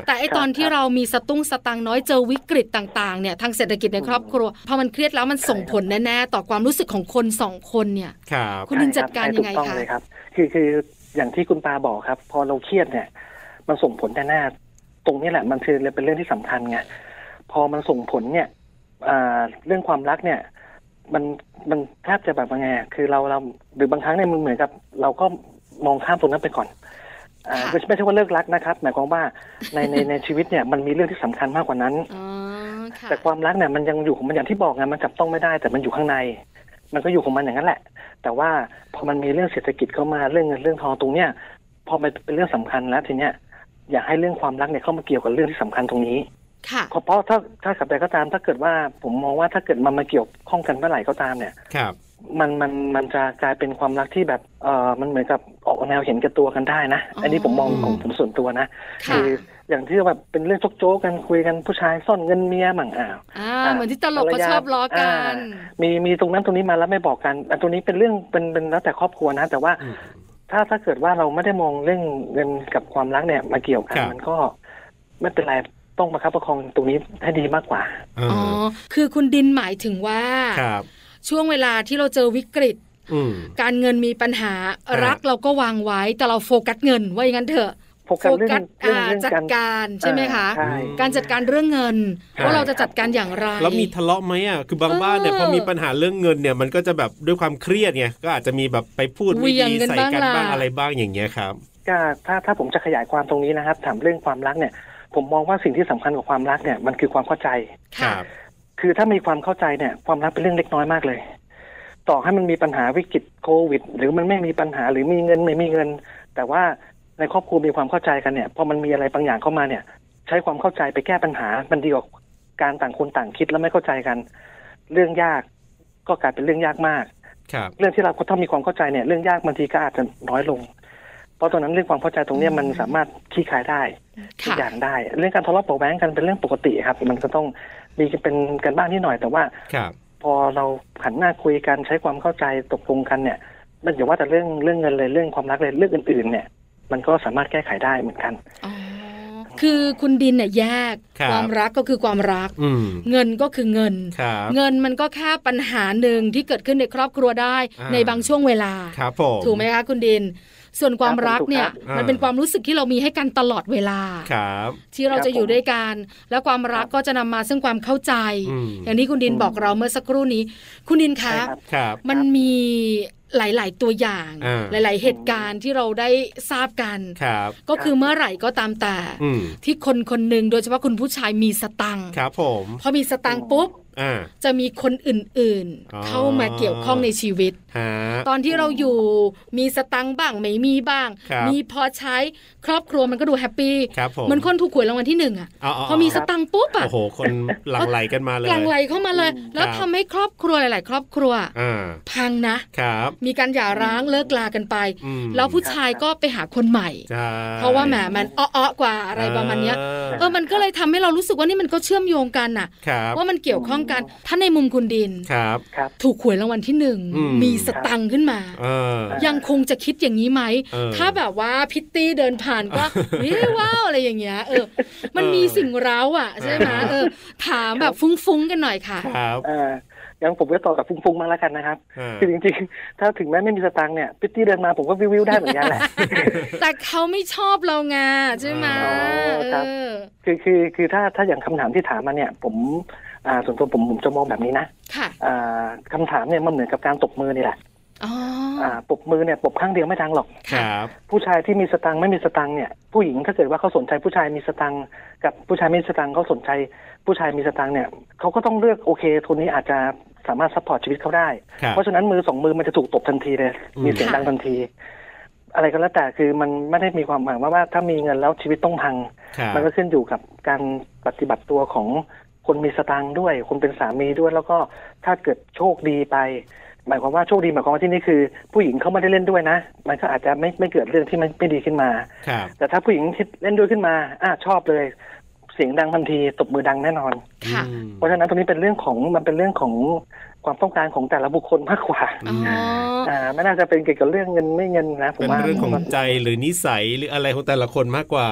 Speaker 1: แต่ไอ
Speaker 5: ครับ
Speaker 1: ตอนที่
Speaker 5: ครับ
Speaker 1: เรามีสตุ้งสตังค์น้อยเจอวิกฤตต่างๆเนี่ยทางเศรษฐกิจในครอบครัวพอมันเครียดแล้วมันส่งผลแน่ๆต่อความรู้สึกของคนสองคนเนี่ย
Speaker 2: ครับ
Speaker 1: คุณดินจัดการ
Speaker 5: ใช่คบ
Speaker 1: ยังไง
Speaker 5: ถูต้อง
Speaker 1: คะ
Speaker 5: เลยครับ คือคืออย่างที่คุณปาบอกครับ พอเราเครียดเนี่ย มันส่งผลแน่ๆตรงนี้แหละมันคือเป็นเรื่องที่สำคัญไงพอมันส่งผลเนี่ยอ่าเรื่องความรักเนี่ย มันมันแทบจะแบบว่าไงอะคือเราเราหรือบางครั้งเนี่ยมันเหมือนกับ เราก็มองข้ามตรงนั้นไปก่อนอ่า
Speaker 1: ค่ะ
Speaker 5: ไม่ใช่ไม่ใช่ว่าเลิกรักนะครับ หมายความว่าในในในชีวิตเนี่ยมันมีเรื่องที่สำคัญมากกว่านั้น
Speaker 1: อ๋อค่ะ
Speaker 5: แต่ความรักเนี่ยมันยังอยู่ของมันอย่างที่บอกไงมันจับต้องไม่ได้แต่มันอยู่ข้างใน มันก็อยู่ของมันอย่างนั้นแหละ แต่ว่าพอมันมีเรื่องเศรษฐกิจเข้ามาเรื่องเงินเรื่องทองตรงเนี้ยพอมันเป็นเรื่องสำคัญแล้วทีเนี้ยอยากให้เรื่องความรักเนี่ยเข้ามาเกี่ยวกับเรื่องที่สำคัญตรงนี้
Speaker 1: ค่ะ
Speaker 5: เพราะเพราะถ้าถ้ากับใดก็ตาม ถ้าเกิดว่าผมมองว่าถ้าเกิดมันมาเกี่ยวข้องกันเมื่อไหร่ก็ตามเนี่ย
Speaker 2: ครับ
Speaker 5: มันมันมันจะกลายเป็นความรักที่แบบเออมันเหมือนกับ ออกแนวเห็นแกับตัวกันได้นะ อันนี้ผมมองของผมส่วนตัวนะ
Speaker 1: ค่ะ
Speaker 5: อย่างที่แบบเป็นเรื่องโจ๊กๆกันคุยกันผู้ชายซ่อนเงินเมียมั่งอ้าว
Speaker 1: อ่า
Speaker 5: อ่า
Speaker 1: เหมือนที่ตลก
Speaker 5: ภร
Speaker 1: เขา
Speaker 5: รยา
Speaker 1: ชอบล้อกัน
Speaker 5: อ่ มีมีตรงนั้นตรงนี้มาแล้วไม่บอกกันอันตรงนี้เป็นเรื่องเป็นเป็นแล้วแต่ครอบครัวนะ แต่ว่า
Speaker 2: อืม
Speaker 5: ถ้าถ้าเกิดว่าเราไม่ได้มองเรื่องเงินกับความรักเนี่ยมาเกี่ยวกัน
Speaker 2: ครับ
Speaker 5: มันก็ไม่เป็นไรต้องประคับประคองตรงนี้ให้ดีมากกว่า
Speaker 2: อ่า
Speaker 1: อ๋อ คือคุณดินหมายถึงว่า
Speaker 2: ครับ
Speaker 1: ช่วงเวลาที่เราเจอวิกฤต
Speaker 2: อืม
Speaker 1: การเงินมีปัญหา
Speaker 2: อ่ารั
Speaker 1: รักเราก็วางไว้แต่เราโฟกัสเงินว่าอย่างนั้นเถอะ
Speaker 5: โฟกัสเรื่องเรื่อง
Speaker 1: อ่า
Speaker 5: เรื่อง
Speaker 1: จัด
Speaker 5: การ
Speaker 1: การใช่ไหมคะ
Speaker 5: ใช่
Speaker 1: การจัดการเรื่องเงิน
Speaker 2: ครับ
Speaker 1: ว่าเราจะจัดการอย่างไร
Speaker 2: แล้วมีทะเลาะไหมอ่ะคือบางบ้านเนี่ย
Speaker 1: เออ
Speaker 2: พอมีปัญหาเรื่องเงินเนี่ยมันก็จะแบบด้วยความเครียดไงก็อาจจะมีแบบไปพูดไม่
Speaker 1: เหวี่ยง
Speaker 2: ดี
Speaker 1: กัน
Speaker 2: ใส่
Speaker 1: บ้าง
Speaker 2: กัน
Speaker 1: ล่ะ
Speaker 2: บ้างอะไรบ้างอย่างเงี้ยครับ
Speaker 5: ก็ถ้าถ้าผมจะขยายความตรงนี้นะครับ ถามเรื่องความรักเนี่ย ผมมองว่าสิ่งที่สำคัญกว่าความรักเนี่ยมันคือความเข้าใจ
Speaker 2: ค
Speaker 1: ค่ะ
Speaker 2: รับ
Speaker 5: คือถ้ามีความเข้าใจเนี่ย ความรักเป็นเรื่องเล็กน้อยมากเลย ต่อให้มันมีปัญหาวิกฤตโควิด หรือมันไม่มีปัญหาหรือมีเงินไม่มีเงิน แต่ว่าในครอบครัวมีความเข้าใจกันเนี่ยพอมันมีอะไรบางอย่างเข้ามาเนี่ย ใช้ความเข้าใจไปแก้ปัญหา มันดีกว่าการต่างคนต่างคิดแล้วไม่เข้าใจกัน เรื่องยากก็กลายเป็นเรื่องยากมาก
Speaker 2: ครับ
Speaker 5: เรื่องที่เราถ้ามีความเข้าใจเนี่ยเรื่องยากบางทีก็อาจจะน้อยลง เพราะตอนนั้นเรื่องความเข้าใจตรงเนี้ยมันสามารถคลี่คลายได้ทุก
Speaker 1: ค่ะ
Speaker 5: อย่างได้ เรื่องการทะเลาะเบาะแว้งกันเป็นเรื่องปกติครับ มันก็ต้องมีเป็นกันบ้างนิดหน่อย แต่ว่า
Speaker 2: ครับ
Speaker 5: พอเราหันหน้าคุยกันใช้ความเข้าใจตกลงกันเนี่ยมันอย่าว่าแต่เรื่องเรื่องเงินเลยเรื่องความรักเลยเรื่องอื่นๆ เนี่ย มันก็สามารถแก้ไขได้เหมือนกัน
Speaker 1: อ๋อคือคุณดินเนี่ยแยก
Speaker 2: ครับ
Speaker 1: ความรักก็คือความรัก
Speaker 2: อืม
Speaker 1: เงินก็คือเงิน
Speaker 2: ครับ
Speaker 1: เงินมันก็แค่ปัญหาหนึ่งที่เกิดขึ้นในครอบครัวได้
Speaker 2: อ่า
Speaker 1: ในบางช่วงเวลา
Speaker 2: ครับผม
Speaker 1: ถูกไหมคะคุณดิน ส่วนความรักเนี่ย
Speaker 5: ครับผมถูกครับ
Speaker 1: มันเป็นความรู้สึกที่เรามีให้กันตลอดเวลา
Speaker 2: ครับ
Speaker 1: ที่เรา
Speaker 5: ครับ
Speaker 1: จะอยู่
Speaker 5: ผม
Speaker 1: ด้วยกัน และความรัก
Speaker 5: ครับ
Speaker 1: ก็จะนำมาซึ่งความเข้าใจ
Speaker 2: อืม
Speaker 1: อย่างที่คุณดิน
Speaker 5: อืม
Speaker 1: บอกเราเมื่อสักครู่นี้ คุณดินคะ
Speaker 5: ใช่ครับ
Speaker 2: ครับ
Speaker 1: มันมีหลาย ๆ ตัวอย่าง
Speaker 2: อ่า
Speaker 1: หลาย ๆ เหตุการณ์ที่เราได้ทราบกัน
Speaker 2: ครับ
Speaker 1: ก็คือเมื่อไหร่ก็ตามแต่
Speaker 2: อืม
Speaker 1: ที่คนคนหนึ่งโดยเฉพาะคุณผู้ชายมีสตังค์
Speaker 2: ครับผม
Speaker 1: พอมีสตังค์ปุ๊บ
Speaker 2: อ่า
Speaker 1: จะมีคนอื่น
Speaker 2: อ๋อ
Speaker 1: ๆ เข้ามาเกี่ยวข้องในชีวิต
Speaker 2: ฮะ
Speaker 1: ตอนที่เราอยู่มีสตังค์บ้างไม่มีบ้าง
Speaker 2: ครับ
Speaker 1: มีพอใช้ครอบครัวมันก็ดูแฮปปี้
Speaker 2: ครับผม
Speaker 1: เหมือนคนถูกหวยรางวัลที่หนึ่งอะ
Speaker 2: เาเา
Speaker 1: พอมีส
Speaker 2: เา
Speaker 1: ตังค์ปุ๊บอะ
Speaker 2: โอ้โห คนหลั่งไหลกันมาเลย
Speaker 1: กลางไหลเข้ามาเลย
Speaker 5: อืม
Speaker 1: แล้ว
Speaker 2: ครับ
Speaker 1: ทำให้ครอบครัวหลาย ๆ ครอบครัว
Speaker 2: อ่า
Speaker 1: พังนะ
Speaker 2: ครับ
Speaker 1: มีการหย่าร้างเลิกลากันไป
Speaker 2: อืม
Speaker 1: แล้วผู้ชายก็ไปหาคนใหม่
Speaker 2: ใช่
Speaker 1: เพราะว่าแหมมันอ้อๆกว่าอะไรประมาณเนี้ย เออมันก็เลยทำให้เรารู้สึกว่านี่มันก็เชื่อมโยงกันน่ะ
Speaker 2: ครับ
Speaker 1: ว่ามันเกี่ยวข้องกัน ถ้าในมุมคุณดิน
Speaker 2: ครับ
Speaker 5: ครับ
Speaker 1: ถูกหวยรางวัลที่หนึ่ง
Speaker 2: อืม
Speaker 1: มีสตังค์ขึ้นมา
Speaker 2: เออ
Speaker 5: ครับ
Speaker 1: ยังคงจะคิดอย่างนี้ไหม
Speaker 2: เออ
Speaker 1: ถ้าแบบว่าพิตตี้เดินผ่าน
Speaker 2: [LAUGHS]
Speaker 1: ก็ เฮ้ยว้าวอะไรอย่างเงี้ยเออ มันมีสิ่งเร้าอ่ะ ใช่ไหม
Speaker 2: เออ
Speaker 1: เออ ถามแบบฟุ้งๆกันหน่อยค่ะ
Speaker 2: ครับ
Speaker 5: เอ่องั้นผมก็ต่อกับฟุ้งๆมางแล้วกันนะครับ
Speaker 2: อ่า
Speaker 5: คือจริงๆ ถ้าถึงแม้ไม่มีสตางค์เนี่ยพิตตี้เดินมาผมก็วิวๆได้เหมือนกันแหละ
Speaker 1: แต่เขาไม่ชอบเราไงใช่ไหม
Speaker 5: อ๋อ
Speaker 1: เอ
Speaker 5: ครับ
Speaker 1: อ
Speaker 5: คือคือคือถ้าถ้าอย่างคำถามที่ถามมาเนี่ยผมอ่าส่วนตัวผมผมจะมองแบบนี้นะ
Speaker 1: ค่ะ
Speaker 5: อ่าคำถามเนี่ยมันเหมือนกับการตบมือนี่แหละ
Speaker 1: อ๋ออ
Speaker 5: อ่าปรบมือเนี่ยปรบข้างเดียวไม่ดังหรอก
Speaker 2: ค
Speaker 1: ค่ะ
Speaker 2: รับ
Speaker 5: ผู้ชายที่มีสตังค์ไม่มีสตังค์เนี่ยผู้หญิงถ้าเกิดว่าเขาสนใจผู้ชายมีสตังค์กับผู้ชายไม่มีสตังค์เขาสนใจผู้ชายมีสตังค์เนี่ยเขาก็ต้องเลือกโอเคทุนนี้อาจจะสามารถซัพพอร์ตชีวิตเขาได้
Speaker 2: ครับ
Speaker 5: เพราะฉะนั้นมือสองมือมันจะถูกตบทันทีเลย
Speaker 2: อืม
Speaker 5: มีเสียงดังทันที อะไรก็แล้วแต่คือมันไม่ได้มีความหมายว่าว่าถ้ามีเงินแล้วชีวิตต้องพัง
Speaker 2: ครับ
Speaker 5: มันก็ขึ้นอยู่กับการปฏิบัติตัวของคนมีสตางค์ด้วย คนเป็นสามีด้วย แล้วก็ถ้าเกิดโชคดีไป หมายความว่าโชคดีหมายความว่าที่นี่คือ ผู้หญิงเขาไม่ได้เล่นด้วยนะ มันก็อาจจะไม่ไม่เกิดเรื่องที่มันไม่ดีขึ้นมา
Speaker 2: ครับ
Speaker 5: แต่ถ้าผู้หญิงที่เล่นด้วยขึ้นมาอ่ะชอบเลย เสียงดังทันทีตบมือดังแน่นอน
Speaker 1: ค่ะ
Speaker 2: อืม
Speaker 5: เพราะฉะนั้นตรงนี้เป็นเรื่องของมันเป็นเรื่องของความต้องการของแต่ละบุคคลมากกว่า
Speaker 1: อ๋อ
Speaker 5: อ่าไม่น่าจะเป็นเกี่ยวกับเรื่องเงินไม่เงินนะผม
Speaker 2: เป็น
Speaker 5: ว่า
Speaker 2: เรื่องของใจหรือนิสัยหรืออะไรของแต่ละคนมากกว่า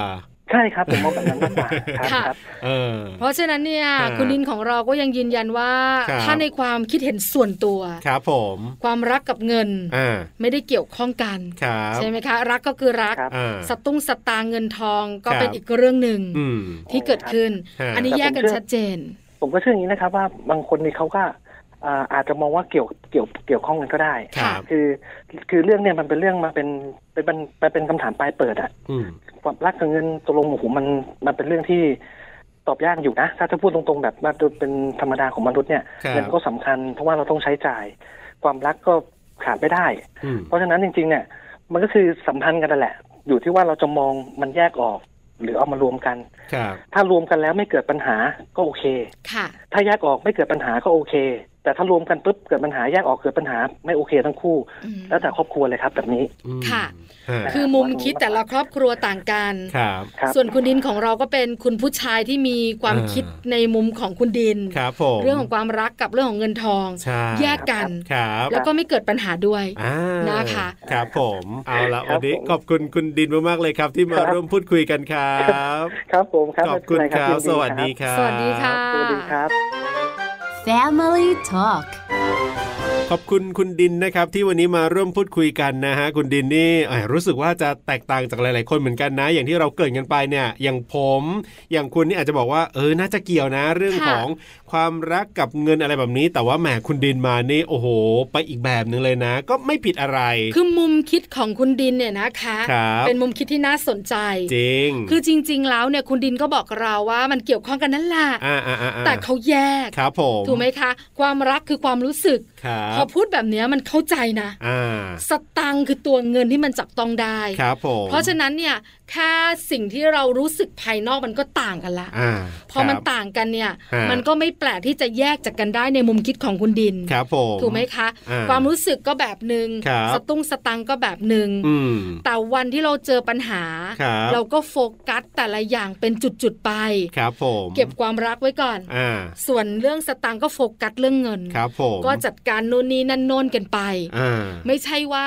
Speaker 5: ใช่ครับผมมองแบบนั้นมากกว่าครับ
Speaker 1: ค่ะ
Speaker 5: ครับ
Speaker 2: เออ
Speaker 1: เพราะฉะนั้นเนี่ย
Speaker 2: อ่า
Speaker 1: คุณดินของเราก็ยังยืนยันว่า
Speaker 2: ครับ
Speaker 1: ถ้าในความคิดเห็นส่วนตัว
Speaker 2: ครับผม
Speaker 1: ความรักกับเงิน
Speaker 2: อ่า
Speaker 1: ไม่ได้เกี่ยวข้องกัน
Speaker 2: ครับ
Speaker 1: ใช่ไหมคะ รักก็คือรัก
Speaker 5: ครับ
Speaker 2: อ่า
Speaker 1: สตุ้งสตางค์เงินทองก็
Speaker 2: ครับ
Speaker 1: เป็นอีกเรื่องหนึ่ง
Speaker 2: อืม
Speaker 1: ที่เกิดขึ้น
Speaker 2: ฮะ
Speaker 1: อันนี้แยกกันชัดเจน
Speaker 5: ผมก็เชื่ออย่างนี้นะครับว่าบางคนนี่เขาก็อ่าอาจจะมองว่าเกี่ยวเกี่ยวเกี่ยวข้องกันก็ได้
Speaker 2: ค
Speaker 1: ค่ะ
Speaker 2: รับ
Speaker 5: คือคือเรื่องเนี่ยมันเป็นเรื่องมาเป็นเป็นเป็นเป็นเป็นคำถามปลายเปิดอะ
Speaker 2: อืม
Speaker 5: ความรักกับเงินตกลงโอ้โหมันมันเป็นเรื่องที่ตอบยากอยู่นะ ถ้าจะพูดตรงๆแบบว่าเป็นธรรมดาของมนุษย์เนี่ย
Speaker 2: ครับ
Speaker 5: เงินก็สำคัญ เพราะว่าเราต้องใช้จ่าย ความรักก็ขาดไม่ได้
Speaker 2: อืม
Speaker 5: เพราะฉะนั้นจริงๆเนี่ยมันก็คือสัมพันธ์กันนั่นแหละ อยู่ที่ว่าเราจะมองมันแยกออก หรือเอามารวมกัน
Speaker 2: ครับ
Speaker 5: ถ้ารวมกันแล้วไม่เกิดปัญหาก็โอเค
Speaker 1: ค่ะ
Speaker 5: ถ้าแยกออกไม่เกิดปัญหาก็โอเค แต่ แต่ถ้ารวมกันปุ๊บเกิดปัญหาแยกออกเกิดปัญหาไม่โอเคทั้งคู่
Speaker 1: อืม
Speaker 5: แล้วแต่ครอบครัวเลยครับ แบบนี้
Speaker 2: อืม
Speaker 1: ค่ะ
Speaker 2: ฮะ
Speaker 1: คือมุมคิดแต่ละครอบครัวต่างกัน
Speaker 2: ครับ
Speaker 5: ครับ
Speaker 1: ส่วนคุณดินของเราก็เป็นคุณผู้ชายที่มีความ
Speaker 2: อ่า
Speaker 1: คิดในมุมของคุณดิน
Speaker 2: ครับผม
Speaker 1: เรื่องของความรักกับเรื่องของเงินทอง
Speaker 2: ใช่
Speaker 1: แยกกัน
Speaker 2: ครับ
Speaker 1: แล้วก็ไม่เกิดปัญหาด้วย
Speaker 2: อ่า
Speaker 1: นะคะ
Speaker 2: ครับผมเอาละ
Speaker 5: ครั
Speaker 2: วัน
Speaker 5: บ
Speaker 2: นี้
Speaker 5: ผม
Speaker 2: ขอบคุณคุณดินมากๆเลยครับที่มา
Speaker 5: ครับ
Speaker 2: ร่วมพูดคุยกันครับ
Speaker 5: ครับผมครับ
Speaker 2: ขอบคุณ
Speaker 5: ไม่
Speaker 2: ค
Speaker 5: เป็นไ
Speaker 2: รับ ส
Speaker 5: ยิน
Speaker 2: วัสดีครับ
Speaker 1: สวัสดีค่ะ
Speaker 5: สวัสดีครับ
Speaker 4: Family Talk
Speaker 2: ขอบคุณคุณดินนะครับที่วันนี้มาร่วมพูดคุยกันนะฮะคุณดินนี่เอ่อรู้สึกว่าจะแตกต่างจากหลาย ๆ คนเหมือนกันนะ อย่างที่เราเกริดกันไปเนี่ยอย่างผม อย่างคุณนี่อาจจะบอกว่าเออน่าจะเกี่ยวนะ เรื่อง
Speaker 1: ค่ะ
Speaker 2: ของความรักกับเงินอะไรแบบนี้ แต่ว่าแหมคุณดินมานี่โอ้โห ไปอีกแบบหนึ่งเลยนะ ก็ไม่ผิดอะไร
Speaker 1: คือมุมคิดของคุณดินเนี่ยนะคะ
Speaker 2: ครับ
Speaker 1: เป็นมุมคิดที่น่าสนใจ
Speaker 2: จริง
Speaker 1: คือจริง ๆ แล้วเนี่ยคุณดินก็บอกเราว่ามันเกี่ยวข้องกันนั่นแหละ
Speaker 2: อ่าอ่าอ่า
Speaker 1: แต่เขาแยก
Speaker 2: ครับผม
Speaker 1: ถูกไหมคะ ความรักคือความรู้สึก
Speaker 2: ครั
Speaker 1: พอบ พูดแบบเนี้ยมันเข้าใจนะ
Speaker 2: อ่า
Speaker 1: สตังค์คือตัวเงินที่มันจับต้องได้
Speaker 2: ครับผม
Speaker 1: เพราะฉะนั้นเนี่ยแค่สิ่งที่เรารู้สึกภายนอกมันก็ต่างกันละ
Speaker 2: อ่า
Speaker 1: พอมัน
Speaker 2: ครับ
Speaker 1: ต่างกันเนี่ย
Speaker 2: ฮะ
Speaker 1: มันก็ไม่แปลกที่จะแยกจากกันได้ในมุมคิดของคุณดิน
Speaker 2: ครับผม
Speaker 1: ถูกไหมคะ
Speaker 2: อ่า
Speaker 1: ความรู้สึกก็แบบหนึง่ง
Speaker 2: ครับ
Speaker 1: สตุ้งสตังก็แบบหนึง่ง
Speaker 2: อืม
Speaker 1: แต่วันที่เราเจอปัญหา
Speaker 2: ครับ
Speaker 1: เราก็โฟกัสแต่ละอย่างเป็นจุดๆไป
Speaker 2: ครับผม
Speaker 1: เก็บความรักไว้ก่อน
Speaker 2: อ่า
Speaker 1: ส่วนเรื่องสตังค์ก็โฟกัสเรื่องเงิน
Speaker 2: ครับผม
Speaker 1: ก็จัดการนู่นนี่นั่นโน่นกันไป
Speaker 2: อ่า
Speaker 1: ไม่ใช่ว่า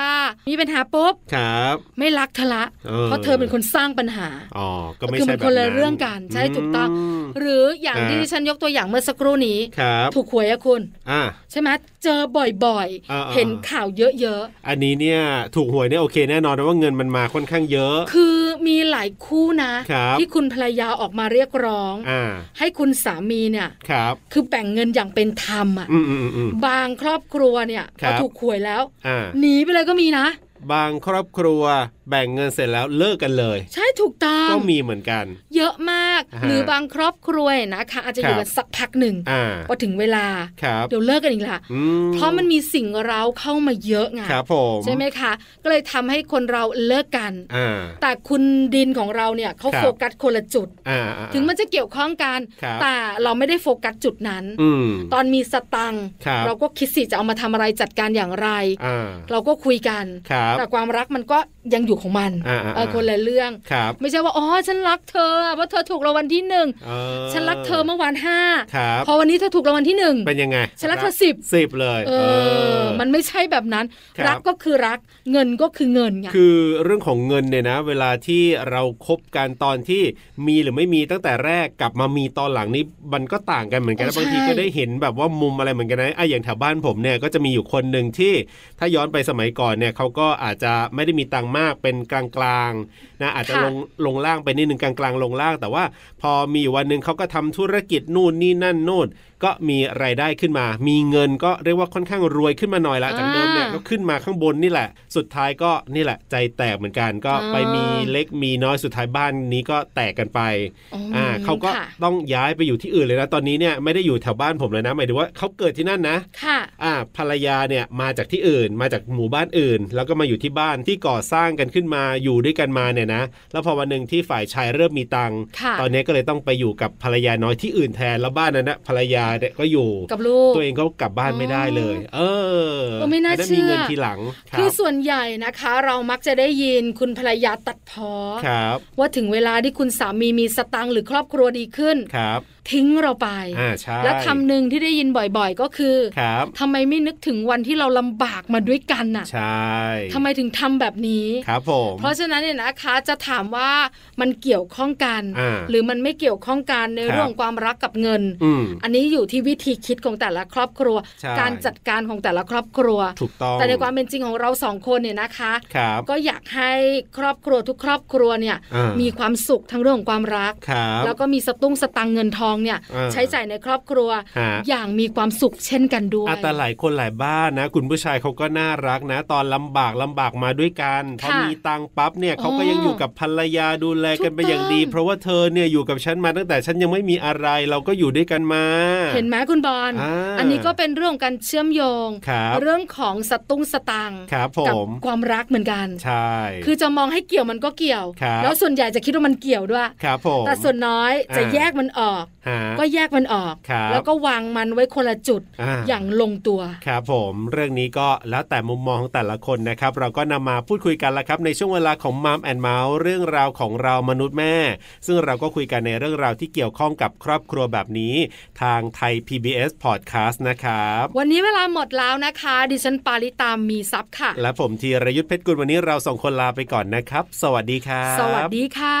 Speaker 1: มีปัญหาปุ๊บ
Speaker 2: ครับ
Speaker 1: ไม่รักเธอละ
Speaker 2: เออ
Speaker 1: เพราะเธอเป็นคนสร้างปัญหา
Speaker 2: อ๋อก็ไม่
Speaker 1: คือ
Speaker 2: ใช่
Speaker 1: มัน
Speaker 2: แบบ
Speaker 1: คนละเรื่องกันใช่ถูกต้อง
Speaker 2: ม
Speaker 1: หรืออย่างที่
Speaker 2: อ่า
Speaker 1: ดิฉันยกตัวอย่างเมื่อสักครู่นี้
Speaker 2: ครับ
Speaker 1: ถูกหวยอะคุณ
Speaker 2: อ่า
Speaker 1: ใช่ไหมเจอบ่อย
Speaker 2: อ่าๆ
Speaker 1: เห็นข่าวเยอะ
Speaker 2: อันนี้เนี่ยถูกหวยเนี่ยโอเคแน่นอนนะว่าเงินมันมาค่อนข้างเยอะ
Speaker 1: ๆ คือมีหลายคู่นะ
Speaker 2: ครับ
Speaker 1: ที่คุณภรรยาออกมาเรียกร้อง
Speaker 2: อ่า
Speaker 1: ให้คุณสามีเนี่ย
Speaker 2: ครับ
Speaker 1: คือแบ่งเงินอย่างเป็นธรรมอ่ะ
Speaker 2: อืมอืมอืมอืม
Speaker 1: บางครอบครัวเนี่ย
Speaker 2: ครั
Speaker 1: พอบ ถูกหวยแล้ว
Speaker 2: อ่า
Speaker 1: หนีไปเลยก็มีนะ
Speaker 2: บางครอบครัวแบ่งเงินเสร็จแล้วเลิกกันเลย
Speaker 1: ใช่ถูกต้อง
Speaker 2: ก็มีเหมือนกัน
Speaker 1: เยอะมาก
Speaker 2: ฮะ
Speaker 1: หรือบางครอบครัวเนี่ยนะคะ อาจจะอยู่
Speaker 2: ครับ
Speaker 1: กันสักพักหนึ่ง
Speaker 2: อ่า
Speaker 1: พอถึงเวลา
Speaker 2: ครับ
Speaker 1: เดี๋ยวเลิกกันอีกละ
Speaker 2: อื
Speaker 1: เพราะมันมีสิ่งเร้าเข้ามาเยอะไง
Speaker 2: ครับผม
Speaker 1: ใช่ไหมคะ ก็เลยทำให้คนเราเลิกกัน
Speaker 2: อ่า
Speaker 1: แต่คุณดินของเราเนี่ยเขา
Speaker 2: ครับ
Speaker 1: โฟกัสคนละจุด
Speaker 2: อ่าอ่า
Speaker 1: ถึงมันจะเกี่ยวข้องกัน
Speaker 2: ครับ
Speaker 1: แต่เราไม่ได้โฟกัสจุดนั้น
Speaker 2: อืม
Speaker 1: ตอนมีสตังค์
Speaker 2: ครับ
Speaker 1: เราก็คิดสิจะเอามาทำอะไรจัดการอย่างไร
Speaker 2: อ่า
Speaker 1: เราก็คุยกัน
Speaker 2: ครับ
Speaker 1: แต่ความรักมันก็ยังอยู่ของมัน
Speaker 2: อ่าอ่า
Speaker 1: เออคนละเรื่อง
Speaker 2: ครับ
Speaker 1: ไม่ใช่ว่าอ๋อฉันรักเธอเพราะเธอถูกรางวัลที่หนึ่ง
Speaker 2: เออ
Speaker 1: ฉันรักเธอเมื่อวานห้า
Speaker 2: ครับ
Speaker 1: พอวันนี้เธอถูกรางวัลที่หนึ่ง [LAUGHS]
Speaker 2: เป็นยังไง
Speaker 1: ฉันรักเธอสิบ
Speaker 2: สิบเลย
Speaker 1: เอ
Speaker 2: เอ
Speaker 1: อ
Speaker 2: อ
Speaker 1: มันไม่ใช่แบบนั้น
Speaker 2: ครับ
Speaker 1: รักก็คือรักเงินก็คือเงินไง
Speaker 2: คือเรื่องของเงินเนี่ยนะ เวลาที่เราคบกันตอนที่มีหรือไม่มีตั้งแต่แรกกลับมามีตอนหลังนี่มันก็ต่างกันเหมือนกันนะ
Speaker 1: ใช่
Speaker 2: บางทีก็ได้เห็นแบบว่ามุมอะไรเหมือนกันนะไอะอย่างแถวบ้านผมเนี่ยก็จะมีอยู่คนหนึ่งที่ถ้าย้อนไปสมัยก่อนเนี่ยเขาก็อาจจะไม่ได้มีตังค์มากเป็นกลางๆนะอาจจะ
Speaker 1: ค่ะ
Speaker 2: ลงลงล่างไปนิดนึงกลางๆลงล่าง แต่ว่าพอมีอยู่วันหนึ่งเขาก็ทำธุรกิจนู่นนี่นั่นโน่นก็มีรายได้ขึ้นมา มีเงินก็เรียกว่าค่อนข้างรวยขึ้นมาหน่อยละจากเดิมเนี่ยก็ ขึ้นมาข้างบนนี่แหละ สุดท้ายก็นี่แหละใจแตกเหมือนกัน ก็
Speaker 1: อ่า
Speaker 2: ไปมีเล็กมีน้อยสุดท้ายบ้านนี้ก็แตกกันไป
Speaker 1: ม
Speaker 2: อ่าเขาก็
Speaker 1: ค่ะ
Speaker 2: ต้องย้ายไปอยู่ที่อื่นเลยนะ ตอนนี้เนี่ยไม่ได้อยู่แถวบ้านผมเลยนะหมายถึงว่าเขาเกิดที่นั่นนะ
Speaker 1: ค่ะ
Speaker 2: อ่าภรรยาเนี่ยมาจากที่อื่น มาจากหมู่บ้านอื่น แล้วก็มาอยู่ที่บ้านที่ก่อสร้างกันขึ้นมาอยู่ด้วยกันมาเนี่ยนะแล้วพอวันหนึ่งที่ฝ่ายชายเริ่มมีตังค์
Speaker 1: ค่ะ
Speaker 2: ตอนนี้ก็เลยต้องไปอยู่กับภรรยาน้อยที่อื่นแทนแล้วบ้านนั้นนะภรรยาเนี่ยก็อยู่
Speaker 1: กับลูก
Speaker 2: ตัวเองก็กลับบ้านไม่ได้เลย เออ
Speaker 1: เออไม่น่า
Speaker 2: จะด้
Speaker 1: เชื่อ
Speaker 2: มีเงินทีหลังค
Speaker 1: คื
Speaker 2: รั
Speaker 1: อบ ส่วนใหญ่นะคะ เรามักจะได้ยินคุณภรรยาตัดพอ
Speaker 2: ครับ
Speaker 1: ว่าถึงเวลาที่คุณสามีมีสตังค์หรือครอบครัวดีขึ้น
Speaker 2: ครับ
Speaker 1: ทิ้งเราไป
Speaker 2: อ่าใช่
Speaker 1: และคำหนึ่งที่ได้ยินบ่อยๆ ก็คือ
Speaker 2: ครับ
Speaker 1: ทำไมไม่นึกถึงวันที่เราลำบากมาด้วยกันน่ะ
Speaker 2: ใช่
Speaker 1: ทำไมถึงทำแบบนี้
Speaker 2: ครับผม
Speaker 1: เพราะฉะนั้นเนี่ยนะคะจะถามว่ามันเกี่ยวข้องกัน
Speaker 2: อ่า
Speaker 1: หรือมันไม่เกี่ยวข้องกันใน
Speaker 2: ครับ
Speaker 1: เรื่องของความรักกับเงิน
Speaker 2: อืม
Speaker 1: อันนี้อยู่ที่วิธีคิดของแต่ละครอบครัว
Speaker 2: ใช่
Speaker 1: การจัดการของแต่ละครอบครัว
Speaker 2: ถูกต้อง
Speaker 1: แต่ในความเป็นจริงของเราสองคนเนี่ยนะคะ
Speaker 2: ครับ
Speaker 1: ก็อยากให้ครอบครัวทุกครอบครัวเนี่ย
Speaker 2: อ่ามี
Speaker 1: มีความสุขทั้งเรื่องของความรัก
Speaker 2: ครับ
Speaker 1: แล้วก็มีสตุ้งสตังเงินทองเนี่ย
Speaker 2: อ่า
Speaker 1: ใช้จ่ายในครอบครัว
Speaker 2: ฮะ
Speaker 1: อย่างมีความสุขเช่นกันด้วย
Speaker 2: อ่ะแต่หลายคนหลายบ้านนะ คุณผู้ชายเขาก็น่ารักนะ ตอนลำบากลำบากมาด้วยกันพอ
Speaker 1: ค่ะ
Speaker 2: มีตังค์ปั๊บเนี่ยเขาก็ยังอยู่กับภรรยาดูแลกันไป
Speaker 1: ถูกต้อง
Speaker 2: อย่างดี เพราะว่าเธอเนี่ยอยู่กับฉันมาตั้งแต่ฉันยังไม่มีอะไรเราก็อยู่ด้วยกันมา
Speaker 1: เห็นไหมคุณบอล
Speaker 2: อ่า
Speaker 1: นนี้ก็เป็นเรื่องของการเชื่อมโยง
Speaker 2: ครับ
Speaker 1: เรื่องของสตุ้งสตัง
Speaker 2: ครับผ
Speaker 1: กั
Speaker 2: ม
Speaker 1: ความรักเหมือนกัน
Speaker 2: ใช่
Speaker 1: คือจะมองให้เกี่ยวมันก็เกี่ยว
Speaker 2: ครับ
Speaker 1: แล้วส่วนใหญ่จะคิดว่ามันเกี่ยวด้วย
Speaker 2: ครับผม
Speaker 1: แต่ส่วนน้อยจะ
Speaker 2: อ่า
Speaker 1: แยกมันออก
Speaker 2: ฮะ
Speaker 1: ก็แยกมันออก
Speaker 2: ครับ
Speaker 1: แล้วก็วางมันไว้คนละจุดอย่างลงตัว
Speaker 2: ครับผมเรื่องนี้ก็แล้วแต่มุมมองของแต่ละคนนะครับ เราก็นำมาพูดคุยกันละครับ ในช่วงเวลาของมัมแอนเมาส์เรื่องราวของเรามนุษย์แม่ ซึ่งเราก็คุยกันในเรื่องราวที่เกี่ยวข้องกับครอบครัวแบบนี้ ทางไทย PBS Podcast นะครับ
Speaker 1: วันนี้เวลาหมดแล้วนะคะ ดิฉันปาริตามีซับค่ะ
Speaker 2: และผมธีรยุทธเพชรกุลวันนี้เราสองคนลาไปก่อนนะครับ สวัสดีครับ
Speaker 1: สวัสดีค่ะ